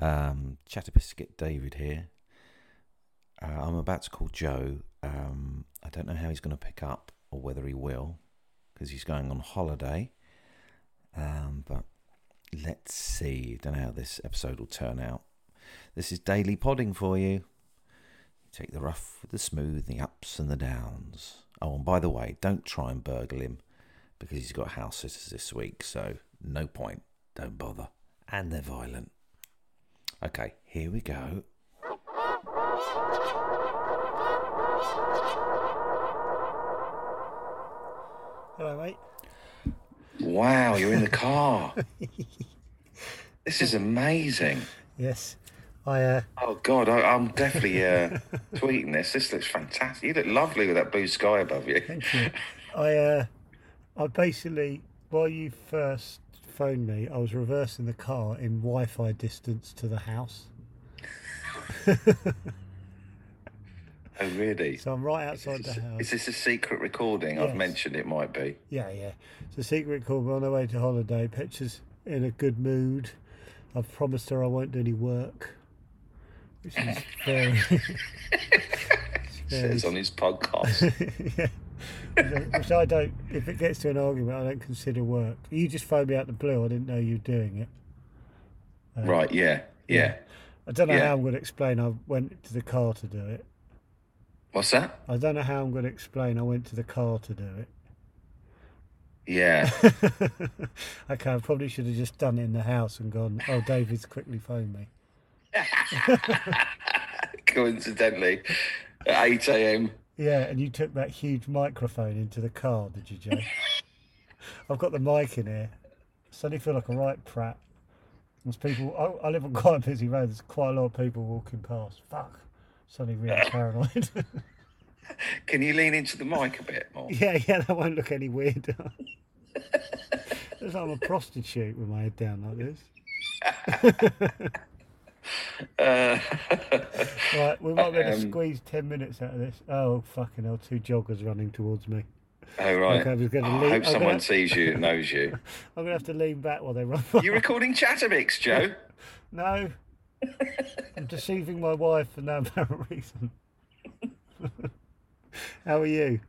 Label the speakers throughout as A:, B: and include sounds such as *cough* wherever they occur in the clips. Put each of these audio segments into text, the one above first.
A: Um, Chatterbiscuit David here. Uh, I'm about to call Joe. Um, I don't know how he's going to pick up or whether he will because he's going on holiday. Um, but let's see. Don't know how this episode will turn out. This is daily podding for you. Take the rough with the smooth, the ups and the downs. Oh, and by the way, don't try and burgle him because he's got house sitters this week, so no point. Don't bother. And they're violent. Okay, here we go.
B: Hello, mate.
C: Wow, you're in
A: *laughs*
C: the car. this is amazing.
B: Yes, I. Uh,
C: Oh God, I, I'm definitely
A: *laughs*
C: uh, tweeting this. This looks fantastic. You look lovely with that blue sky above
A: *laughs*
C: you.
B: thank you. I. Uh, I basically, while you first phoned me, I was reversing the car in Wi-Fi distance to the house,
C: Oh really?
B: so I'm right outside the
C: Is
B: house.
C: this a secret recording? I've
B: Yes.
C: mentioned it might be.
B: Yeah, yeah. It's a secret call. We're on our way to holiday. Pictures in a good mood. I've promised her I won't do any work, which *laughs* is very.
C: Says on
A: *laughs*
C: his podcast.
B: yeah. Which I don't. If it gets to an argument, I don't consider work. You just phoned me out the blue. I didn't know you were doing it.
A: Uh,
C: right? Yeah, yeah.
B: I don't know
C: Yeah.
B: how I'm going to explain. I went to the car to do it.
C: What's that?
B: I don't know how I'm going to explain. I went to the car to do it. *laughs*
A: *laughs*
C: Yeah.
B: okay, I probably should have just done it in the house and gone. Oh, David's quickly phoned me.
C: Coincidentally, at 8 a.m.
B: Yeah, and you took that huge microphone into the car, did you, *laughs* Jay? I've got the mic in here. Suddenly feel like a right prat. There's people. I, I live on quite a busy road. There's quite a lot of people walking past. Fuck. Suddenly *laughs* really paranoid.
C: Can you lean into the mic a bit more?
B: yeah, yeah, that won't look any weirder. *laughs* It's like I'm a prostitute with my head down like this.
C: *laughs* Uh,
B: Right, we might be able to
C: Um,
B: squeeze ten minutes out of this. Oh fucking hell! Two joggers running towards me.
C: oh right.
B: Okay, I was gonna
C: Oh, I
B: lean-
C: hope
B: I'm
C: someone
B: gonna-
C: sees you and knows
B: *laughs*
C: you.
B: I'm gonna have to lean back while they run.
C: You recording Chattermix, Joe?
B: No. I'm deceiving my wife for no apparent reason. *laughs* How are you?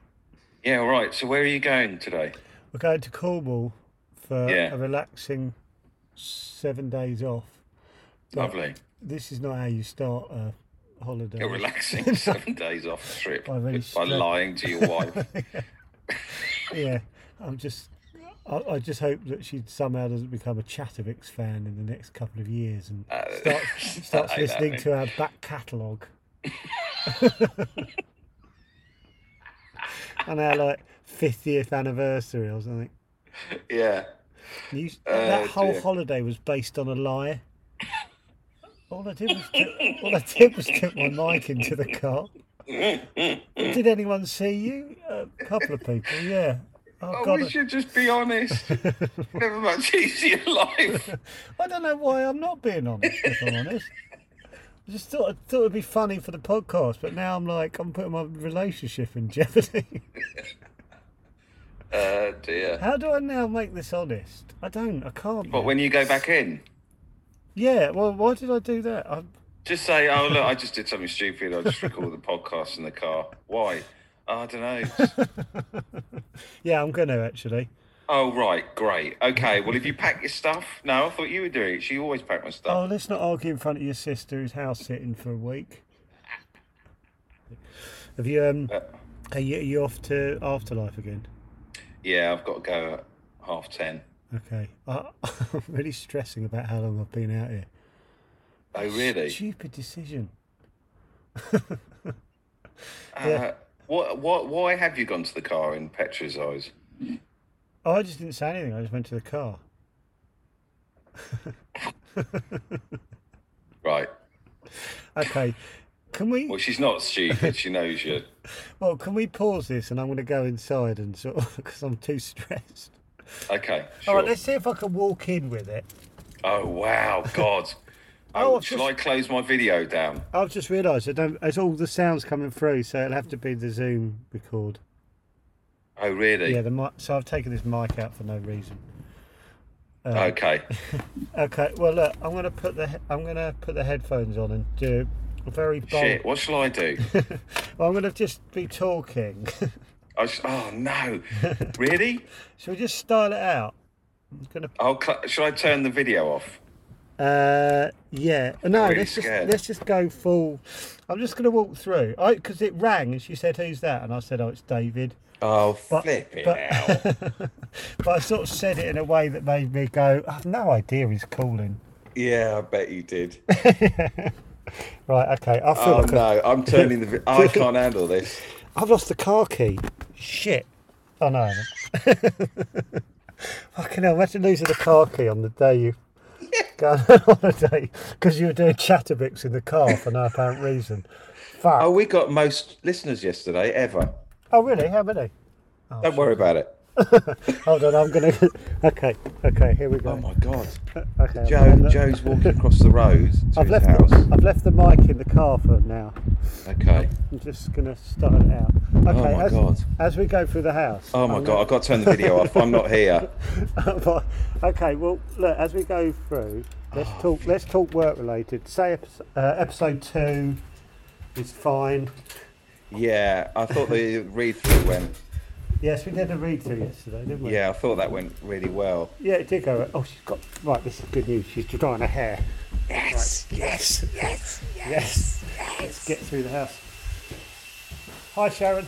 C: Yeah, all right. So where are you going today?
B: We're going to Cornwall for
C: Yeah.
B: a relaxing seven days off.
C: Lovely.
B: This is not how you start a holiday.
C: You're
B: *laughs*
C: relaxing seven days off the trip
B: I really
C: by
B: stress-
C: lying
B: *laughs*
C: to your wife.
B: yeah, I'm just. I, I just hope that she somehow doesn't become a Chattervix fan in the next couple of years and
C: Uh,
B: starts,
C: *laughs* that
B: starts
C: ain't
B: listening
C: happening.
B: to our back catalogue. *laughs* and our like 50th anniversary or something.
C: yeah.
B: You, that
C: Oh,
B: whole
C: dear.
B: holiday was based on a lie. All I did was tip,
C: *laughs*
B: all I did was tip my mic into the car. did anyone see you? A couple of people, yeah. Oh,
C: Oh,
B: God,
C: we should just be
B: *laughs*
C: honest. Never much easier life.
B: I don't know why I'm not being honest. If I'm honest, I just thought I thought it'd be funny for the podcast, but now I'm like I'm putting my relationship in jeopardy. *laughs*
C: Uh, dear.
B: How do I now make this honest? I don't. I can't.
C: But when you go back in,
B: yeah. Well, why did I do that? I,
C: just say, "Oh look, I just did something stupid. I just recorded the podcast in the car. Why? Oh, I
B: *laughs*
C: don't know.
B: yeah, I'm gonna actually.
C: oh right, great. Okay. Well, if you pack your stuff, no, I thought you were doing it. She always packed my
B: Oh,
C: stuff.
B: let's not argue in front of your sister who's house sitting for a week. Have you um?
C: Uh,
B: Are you, are you off to afterlife again? Oh.
C: yeah, I've got to go at half ten.
B: Okay. I, *laughs* I'm really stressing about how long I've been out here.
C: Oh really?
B: Stupid decision.
C: Uh, what? What? Why have you gone to the car in Petra's eyes?
B: Oh, I just didn't say anything. I just went to the car.
C: Right.
B: Okay. Can we?
C: Well, she's not stupid. She knows you.
B: Well, can we pause this? And I'm going to go inside and sort of *laughs* because I'm too stressed. *laughs*
C: Okay.
B: All
C: Sure.
B: right. Let's see if I can walk in with it. *laughs*
C: Oh wow, God.
B: Oh,
C: Oh,
B: I've
C: shall
B: just-
C: I close my video down?
B: I've just realised I don't. It's all the sounds coming through, so it'll have to be the Zoom record.
C: Oh really?
B: Yeah. The mic. So I've taken this mic out for no reason.
C: okay.
B: Okay, well look, I'm gonna put the he- I'm gonna put the headphones on and do a very bold.
C: Shit. What shall
B: *laughs*
C: I do?
B: Well, I'm gonna just be talking. *laughs*
C: I sh- oh no. Really?
B: Shall we just style it out? I'm gonna.
C: I'll cl- shall I turn the video off?
B: Uh, yeah. No,
C: Really
B: let's just
C: scared.
B: let's just go full. I'm just gonna walk through. I because it rang and she said, "Who's that?" And I said, "Oh, it's David."
C: Oh,
B: But-
C: flip it
B: but- *laughs*
C: out.
B: But I sort of said it in a way that made me go, "I've no idea he's calling."
C: Yeah, I bet
B: *laughs*
C: you did.
B: Right. Okay. I feel
C: Oh
B: like
C: no, I'm turning the. vi-
B: *laughs*
C: I can't handle this.
B: I've lost the car key. Shit. Oh no. I haven't. *laughs* Fucking hell, imagine losing the car key on the day
C: *laughs*
B: you go on holiday because you were doing chatterbix in the car for no apparent reason. Fuck.
C: Oh,
B: Oh,
C: we got most listeners yesterday ever.
B: really? How many? Oh,
C: Don't worry about it.
B: Hold on, I'm gonna. *laughs* okay, okay, here we go.
C: Oh my God,
B: okay, I'm
C: Joe.
B: gonna-
C: Joe's walking across the road to
B: I've
C: his
B: left,
C: house.
B: the, I've left the mic in the car for now.
C: Okay.
B: I'm just gonna start it out. Okay,
C: Oh my
B: as,
C: God.
B: as we go through the house.
C: Oh my
B: I'm
C: God, I've got to turn the video off. I'm
B: *laughs*
C: not here.
B: But- okay, *laughs* well, look, as we go through, let's
C: Oh,
B: talk. Let's talk work related. Say episode, uh, episode two is fine.
C: Yeah, I thought the read through went.
B: Yes, we did a read through yesterday, didn't we?
C: Yeah, I thought that went really well.
B: Yeah, it did go. Oh, she's got right. This is good news. She's drying her hair. Yes, yes, yes, yes, yes, Let's get through the house. Hi, Sharon.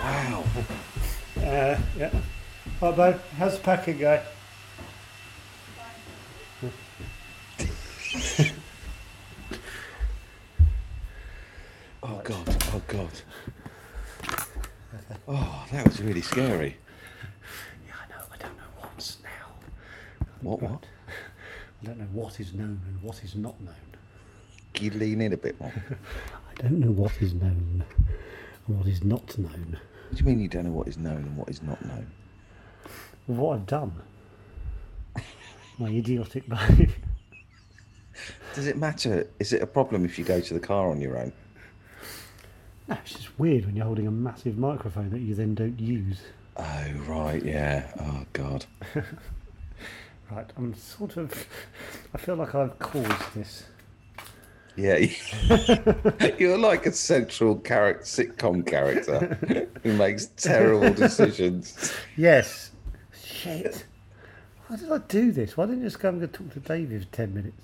C: Wow.
B: Uh, yeah. Hi, Bo. How's the packing going?
C: Oh God. Oh God. Oh, that was really scary.
B: Yeah, I know. I don't know what's now.
C: What? What?
B: I don't know what is known and what is not known.
C: Can You lean in a bit more.
B: I don't know what is known and what is not known.
C: What do you mean you don't know what is known and what is not known?
B: What I've done. My idiotic *laughs* behaviour.
C: Does it matter? Is it a problem if you go to the car on your own?
B: No, it's just weird when you're holding a massive microphone that you then don't use.
C: Oh right, yeah. Oh god.
B: Right, I'm sort of. *laughs* I feel like I've caused this.
C: Yeah. *laughs* You're like a central character, sitcom character who makes terrible decisions.
B: Yes. Shit. Why did I do this? Why didn't I just go and go talk to David for 10 minutes?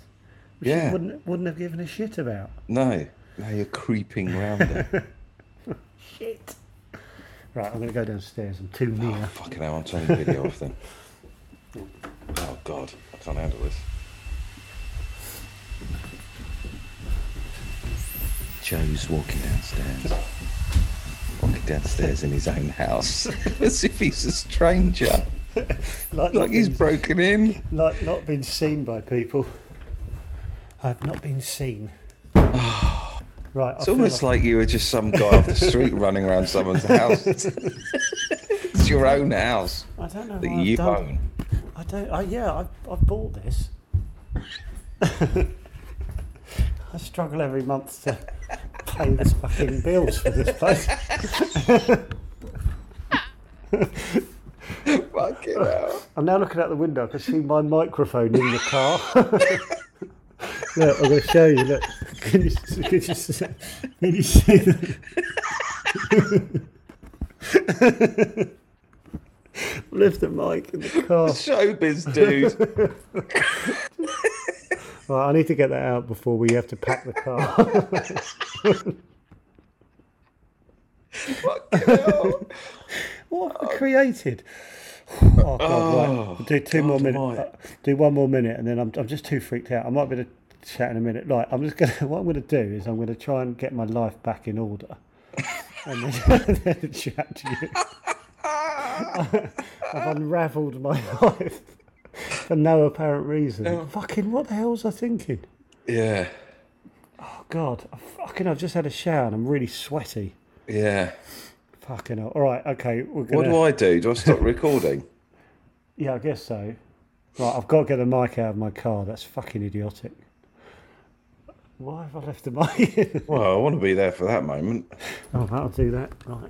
B: Which
C: Yeah.
B: he wouldn't, wouldn't have given a shit about.
C: No. No, you're creeping round her.
B: Shit. Right, I'm going to go downstairs. I'm too near.
C: Oh, fucking hell, I'm turning the video off then. Oh god, I can't handle this. Joe's walking downstairs. Walking downstairs in his own house. *laughs* As if he's a stranger. *gasps* Like he's
B: being-
C: broken in.
B: like not been seen by people. I've not been seen.
C: *sighs*
B: right,
C: It's almost like you were just some guy off the street running around someone's house. it's your own house
B: I don't know.
C: that
B: why I've
C: you
B: done-
C: own.
B: I don't. I, yeah, I've, I've bought this. *laughs* I struggle every month to pay the fucking bills for this place.
C: Fuck it out.
B: I'm now looking out the window. I can see my microphone in the car. *laughs* look, I'm going to show you. Look, can you, can you, see- can you see that? *laughs* Lift the mic in the car.
C: Showbiz dude.
B: Right, I need to get that out before we have to pack the car.
C: *laughs* Fuck it out.
B: what have I created? Oh, God, right. We'll do two more
C: God
B: minutes.
C: almighty.
B: do one more minute, and then I'm, I'm just too freaked out. I might be able to chat in a minute. Right, I'm just gonna. *laughs* What I'm gonna do is I'm gonna try and get my life back in
C: *laughs*
B: order, and then, *laughs* then chat to you. *laughs* I've unravelled my *laughs* life for no apparent reason.
C: Oh.
B: Fucking what the hell was I thinking?
C: Yeah.
B: Oh God, I fucking I've just had a shower and I'm really sweaty.
C: Yeah.
B: Fucking hell. All right, okay, we're gonna.
C: What do I do? Do
B: *laughs*
C: I stop recording?
B: Yeah, I guess so. Right, I've got to get the mic out of my car. That's fucking idiotic. Why have I left the mic? in? *laughs*
C: Well, I want to be there for that moment.
B: oh, that'll do that. Right,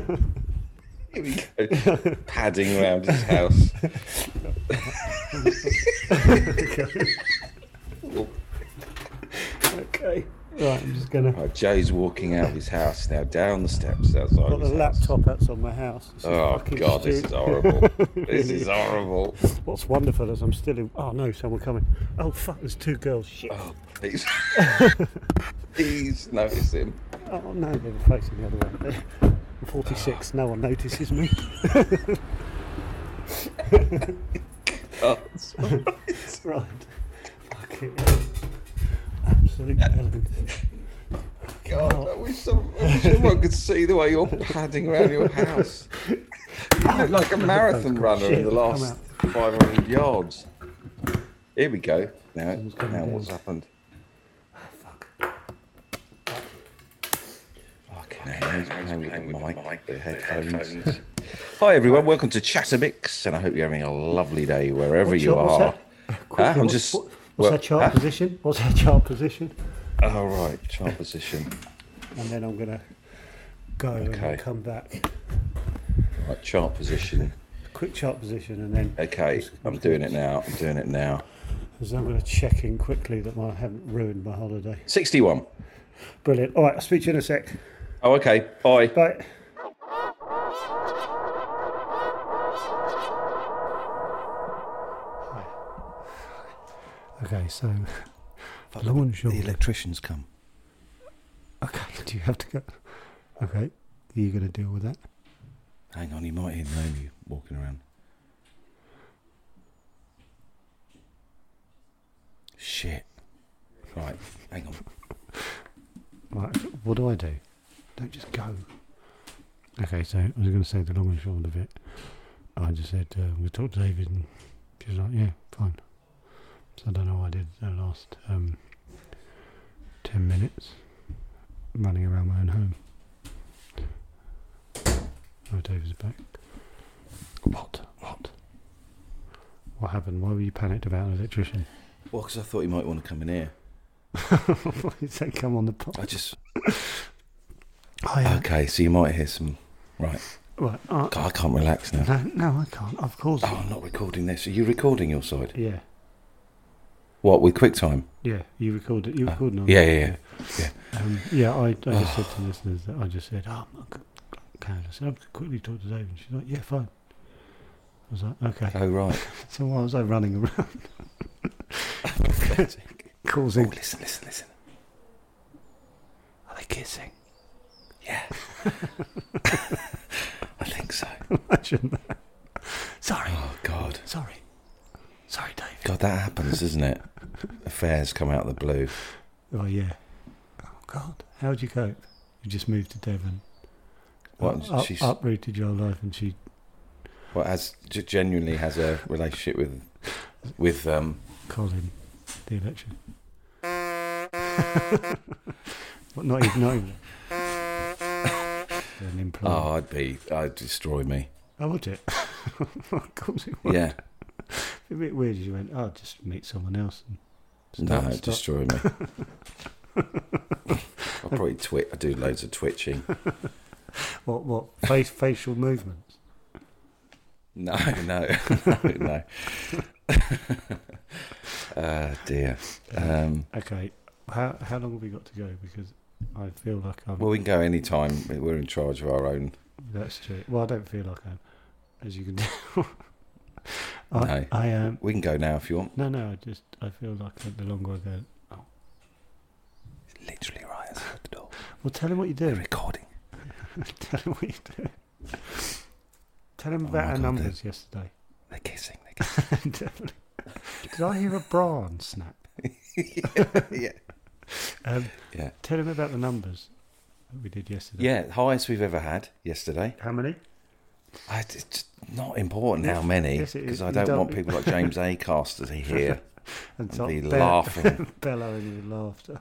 B: okay.
C: Here we go. Padding around his house.
B: okay. okay. Right, I'm just gonna
C: Right, Joe's walking out of his house now, down the steps outside.
B: got the
C: his house.
B: laptop outside my house. This is
C: Oh
B: fucking
C: god, this
B: stupid. *laughs*
C: is horrible. this
B: Really.
C: is horrible.
B: What's wonderful is I'm still in. Oh no, someone coming. Oh fuck, there's two girls. Shit.
C: Oh, please,
B: *laughs*
C: please notice him.
B: Oh no, they were facing the other way. I'm 46, no one notices me. *laughs*
C: Oh, it's-
B: *laughs* right. Fuck it. Absolute element.
C: God,
B: Oh.
C: I wish, some, I wish everyone could see the way you're padding around
B: *laughs*
C: your house. You look like a marathon runner in the
B: Shit, come
C: last 500 yards. Here we go. Now,
B: coming
C: now
B: down.
C: what's happened?
B: Ah,
C: Okay, now he's playing with the mic, the headphones. Hi everyone, welcome to Chattermix, and I hope you're having a lovely day wherever
B: What's
C: you
B: your- what's
C: are.
B: that?
C: Huh?
B: Quickly,
C: I'm
B: what's-
C: just.
B: what- What's
C: well,
B: her chart
C: huh?
B: position? What's her chart position?
C: oh, right, chart position.
B: And then I'm gonna go
C: Okay.
B: and come back.
C: Right, chart position.
B: Quick chart position, and then
C: Okay, I'm doing it now. I'm doing it now.
B: because I'm gonna check in quickly that I haven't ruined my holiday.
C: 61.
B: Brilliant. All right, I'll speak to you in a sec.
C: Oh, okay. Bye.
B: Bye. Okay, so launch
A: The
B: your.
A: electrician's come.
B: Okay, do you have to go? Okay, are you going to deal with that?
A: Hang on, he might even know you walking around. Shit. Right, hang on.
B: Right, what do I do? Don't just go. Okay, so I was going to say the long and short of it. I just said, uh, we talked to David, and she was like, yeah, fine. So I don't know what I did the last um, 10 minutes running around my own home. Oh, David's back. What? What? What happened? Why were you panicked about an electrician? *laughs*
A: Well, 'cause I thought he might want to come in here.
B: Why did they come on the pot?
A: I just.
B: Oh, yeah.
A: Okay, so you might hear some. Right.
B: Right. uh,
A: God, I can't relax now.
B: no, no, I can't. Of course.
A: Oh, I'm not recording this. Are you recording your side?
B: Yeah,
A: What, with QuickTime?
B: yeah. You recorded. You
A: Uh,
B: recorded. on
A: Yeah,
B: that,
A: yeah, yeah.
B: yeah. Um, yeah, I, I just said to listeners that I just said, oh, I'm not c- Karen. I said, I'll quickly talk to David. And she's like, yeah, fine. I was like, okay.
A: Oh, right.
B: So why was I running around *laughs*
A: Oh,
B: causing?
A: listen, listen, listen.
B: Are they *laughs* kissing?
A: Yeah. *laughs* I think so.
B: Imagine that. Sorry,
A: Oh, God.
B: sorry, sorry, David.
A: God, that happens, doesn't it? Affairs come out of the blue.
B: Oh yeah. Oh God, how'd you cope? You just moved to Devon.
A: What,
B: Up-
A: she's-
B: uprooted your life, and she
A: Well, has g- genuinely has a relationship with with um.
B: Colin, the election. *laughs* Well, not even, not even. An
A: Oh,
B: implant.
A: I'd be, I'd destroy me.
B: Oh, would it? *laughs* of course it was.
A: Yeah,
B: A bit weird as you went, oh, just meet someone else.
A: *laughs*
B: And
A: no,
B: start,
A: it'd
B: start.
A: destroy *laughs* me. I probably twitch. I do loads of twitching.
B: What, what? Face, facial movements.
A: No, *laughs* no, no, *laughs* no. uh, dear. Um,
B: Okay, how, how long have we got to go? Because I feel like I'm.
A: well, we can go any time. We're in charge of our own.
B: that's true. Well, I don't feel like I'm. As you can *laughs* tell. I,
A: No.
B: I am.
A: We can go now if you want.
B: No, no, I just. I feel like the longer I go.
A: Literally right outside the door.
B: Well, tell him what you
A: We're
B: *laughs* do.
A: recording.
B: Tell him what you do. Tell him
A: Oh
B: about
A: my
B: our
A: God,
B: numbers yesterday. *laughs*
A: They're kissing. They're kissing.
B: Definitely. Did I hear a brawn snap? *laughs*
A: yeah.
B: Um,
A: Yeah.
B: Tell him about the numbers that we did yesterday.
A: *laughs* Yeah. Highest we've ever had yesterday.
B: How many?
A: I, it's not important
B: Yes,
A: how many,
B: yes, it is.
A: because I
B: You
A: don't,
B: don't-
A: want people like James
B: *laughs*
A: Acaster to hear
B: And
A: and be
B: bell- *laughs*
A: laughing.
B: bellowing with laughter.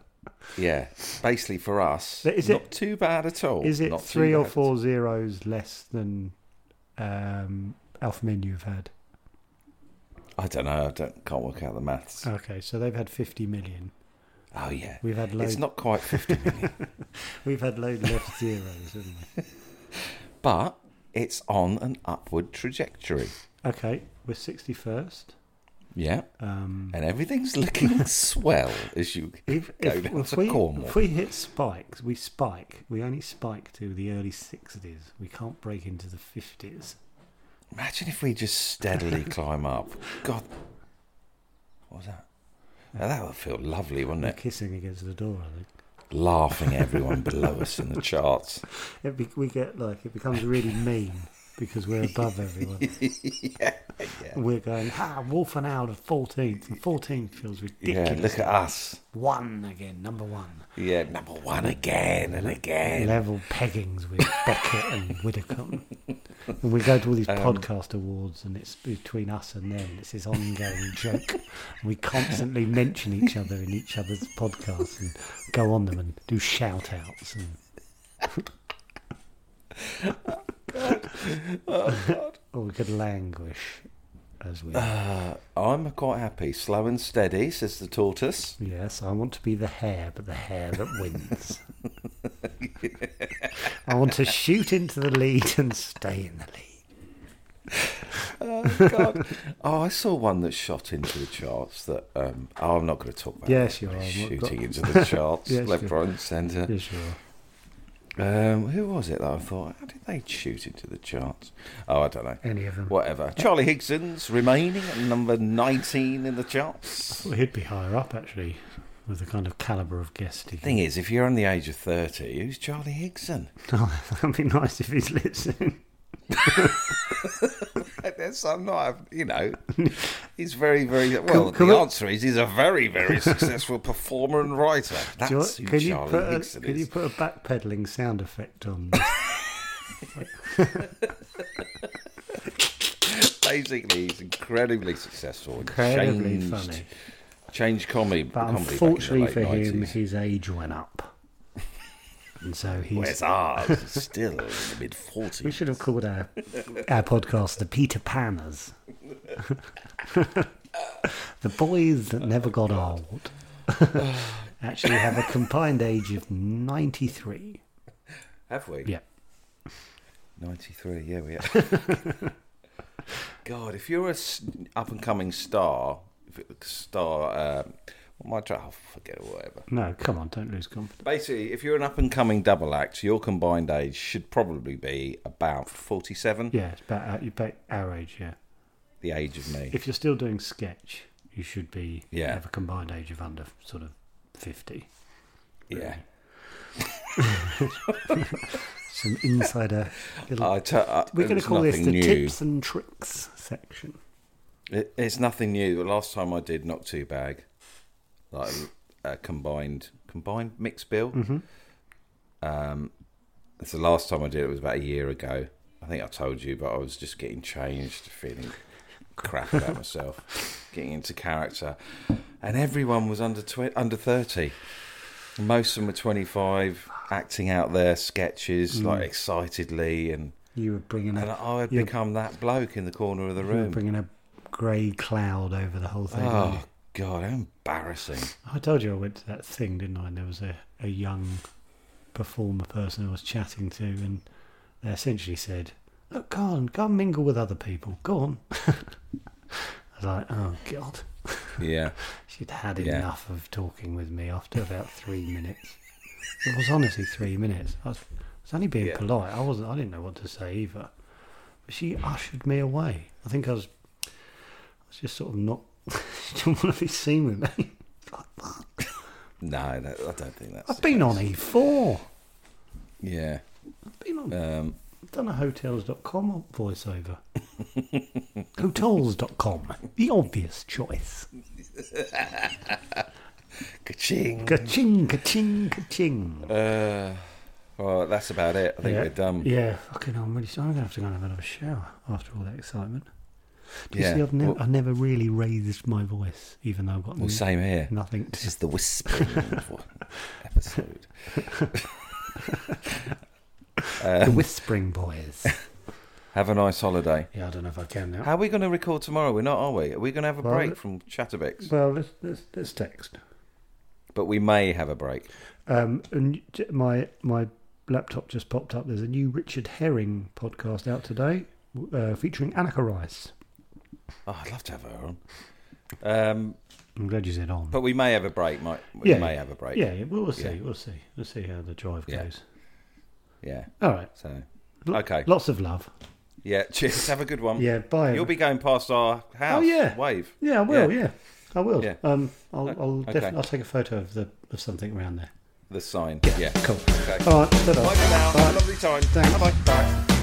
A: Yeah, basically for us,
B: But is
A: not
B: it-
A: too bad at all.
B: Is it
A: Oh, Not too
B: three or
A: bad.
B: four zeros less than um, Alpha Men you've had?
A: I don't know. I don't, can't work out the maths.
B: Okay, so they've had 50 million.
A: oh yeah,
B: We've had
A: it's
B: loads.
A: not quite
B: *laughs*
A: fifty million,
B: We've had load less zeros, haven't we?
A: but
C: It's on an upward trajectory.
B: Okay, we're 61st.
C: Yeah.
B: Um,
C: And
B: *laughs*
C: everything's looking swell as you
B: if,
C: go
B: if,
C: down
B: if
C: to
B: we,
C: Cornwall.
B: if we hit spikes, we spike. We only spike to the early 60s. We can't break into the 50s.
C: Imagine if we just
B: *laughs*
C: steadily climb up. God. What was that? Now that would feel lovely, wouldn't
B: We're
C: it?
B: kissing against the door, I think.
C: Laughing everyone below
B: *laughs*
C: us in the charts.
B: It be, we get like, it becomes
C: *laughs*
B: really mean because we're above everyone. We're going, ah, Wolf and Owl at 14th. And 14th feels ridiculous.
C: Yeah, look at us.
B: One again, number one.
C: Yeah, number one again and again.
B: level peggings with Beckett and Widdicombe. And we go to all these podcast awards, and it's between us and them. It's this ongoing joke. And we constantly mention each other in each other's podcasts and go on them and do shout outs. And or we could languish as we.
C: I'm quite happy. Slow and steady, says
B: *laughs*
C: the tortoise.
B: Yes, I want to be the hare, but the hare that wins. I want to shoot into the lead and stay in the lead.
C: God. oh, I saw one that shot into the charts that. Um, oh, I'm not going to talk about
B: Yes,
C: it.
B: you are. I'm not-
C: Shooting into
B: *laughs*
C: the charts,
B: Yes,
C: left,
B: you-
C: right, and centre.
B: Yeah, sure.
C: Um, who was it that I thought? How did they shoot into the charts? Oh, I don't know.
B: Any of them.
C: Whatever. Charlie Higson's remaining at number 19 in the charts.
B: Well, he'd be higher up, actually, with the kind of calibre of guest he *laughs*
C: Thing is, if you're on the age of 30, who's Charlie *laughs* Higson?
B: Oh, That'd be nice if he's *laughs* listening.
C: That's, I'm not, you know, he's
B: *laughs*
C: very, very, well,
B: can
C: the
B: we-
C: answer is he's a
B: *laughs*
C: very, very successful performer and writer. That's
B: Do you want-
C: who
B: can, you
C: Charlie
B: put a,
C: Higson
B: can
C: is.
B: you put a backpedaling sound effect
C: *laughs*
B: on? this?
C: Basically, he's incredibly successful. and
B: Incredibly
C: changed,
B: funny.
C: Changed comedy.
B: But
C: comedy back in the
B: unfortunately
C: late
B: for him,
C: 90s.
B: his age went up. And
C: *laughs*
B: so he's.
C: Whereas ours is still in the mid 40s.
B: *laughs* We should have called our our podcast the Peter Panners. *laughs* the boys that never got old *laughs* actually have a combined age of ninety three.
C: Have we?
B: Yeah.
C: 93, yeah, we are. God, if you're a up and coming star, if it- star, um, what am I trying? Oh, forget it, whatever.
B: No, come on, don't lose confidence.
C: Basically, if you're an up and coming double act, your combined age should probably be about 47,
B: Yeah, it's about our, about our age. Yeah.
C: the age of me.
B: If you're still doing sketch, you should be
C: Yeah.
B: have a combined age of under sort of fifty.
C: yeah.
B: Some insider. Little,
C: I t- I,
B: we're going
C: it's
B: to call this
C: nothing
B: the
C: new.
B: tips and tricks section.
C: It, it's nothing new. The last time I did not too bag, like a combined combined mixed bill. Um, it's the last time I did it was about a year ago. I think I told you, but I was just getting changed, feeling crap about myself, getting into character, and everyone was under tw- under thirty. Most of them were twenty five, acting out their sketches like excitedly, and
B: You were bringing
C: and
B: up
C: I had
B: Yeah.
C: become that bloke in the corner of the
B: You were
C: room.
B: bringing a grey cloud over the whole thing. weren't you?
C: Oh God, how embarrassing!
B: I told you I went to that thing, didn't I? And there was a, a young performer person I was chatting to, and they essentially said, Look, go on, go and mingle with other people. Go on. *laughs* I was like, Oh, God.
C: Yeah,
B: She'd had
C: Yeah.
B: enough of talking with me after about three minutes. It was honestly three minutes. I was, I was only being
C: Yeah.
B: polite. I wasn't. I didn't know what to say either. But she ushered me away. I think I was. I was just sort of not. *laughs* she didn't want to be seen with
C: *laughs*
B: me. Like, what?
C: no, that, I don't think that's.
B: I've been on E4.
C: Yeah,
B: I've been on.
C: um,
B: I've done a hotels.com voiceover. *laughs* hotels.com. The obvious
C: *laughs*
B: choice.
C: ka-ching.
B: Ka-ching, ka-ching, ka-ching.
C: Uh, well, that's about it. I think
B: yeah.
C: we're done.
B: Yeah, fucking I'm really sorry. I'm going to have to go and have another shower after all that excitement. Do you
C: Yeah,
B: see, I've never,
C: well-
B: I never really raised my voice, even though I've got
C: Well, same here.
B: nothing
C: *laughs* This
B: to.
C: is the whispering *laughs* episode.
B: the Whispering Boys.
C: Have a nice holiday.
B: yeah, I don't know if I can now.
C: *laughs* How are we going to record tomorrow? We're not, are we? Are we going to have a
B: Well,
C: break
B: it-
C: from Chatterbex?
B: Well, let's, let's, let's text.
C: But we may have a break.
B: Um, and j- my my laptop just popped up. There's a new Richard Herring podcast out today uh, featuring Annika Rice.
C: Oh, I'd love to have her on. Um,
B: I'm glad you said on.
C: but we may have a break, Mike. We
B: Yeah.
C: may have a break.
B: yeah, yeah, we'll, we'll see.
C: Yeah.
B: We'll see. We'll see how the drive
C: Yeah.
B: goes.
C: Yeah.
B: All right.
C: So,
B: Lo-
C: Okay.
B: Lots of love.
C: yeah. Cheers. Have a good one.
B: Yeah. Bye.
C: You'll be going past our
B: Oh,
C: house.
B: yeah.
C: Wave.
B: Yeah, I will. Yeah, I will.
C: Yeah.
B: Um, I'll, I'll,
C: okay.
B: definitely, I'll take a photo of the of something around there.
C: The sign. Yeah.
B: Cool.
C: Okay.
B: All right. ta-ra.
C: Bye for now. Have
B: Bye.
C: a lovely time.
B: Thanks.
C: Bye-bye. Bye.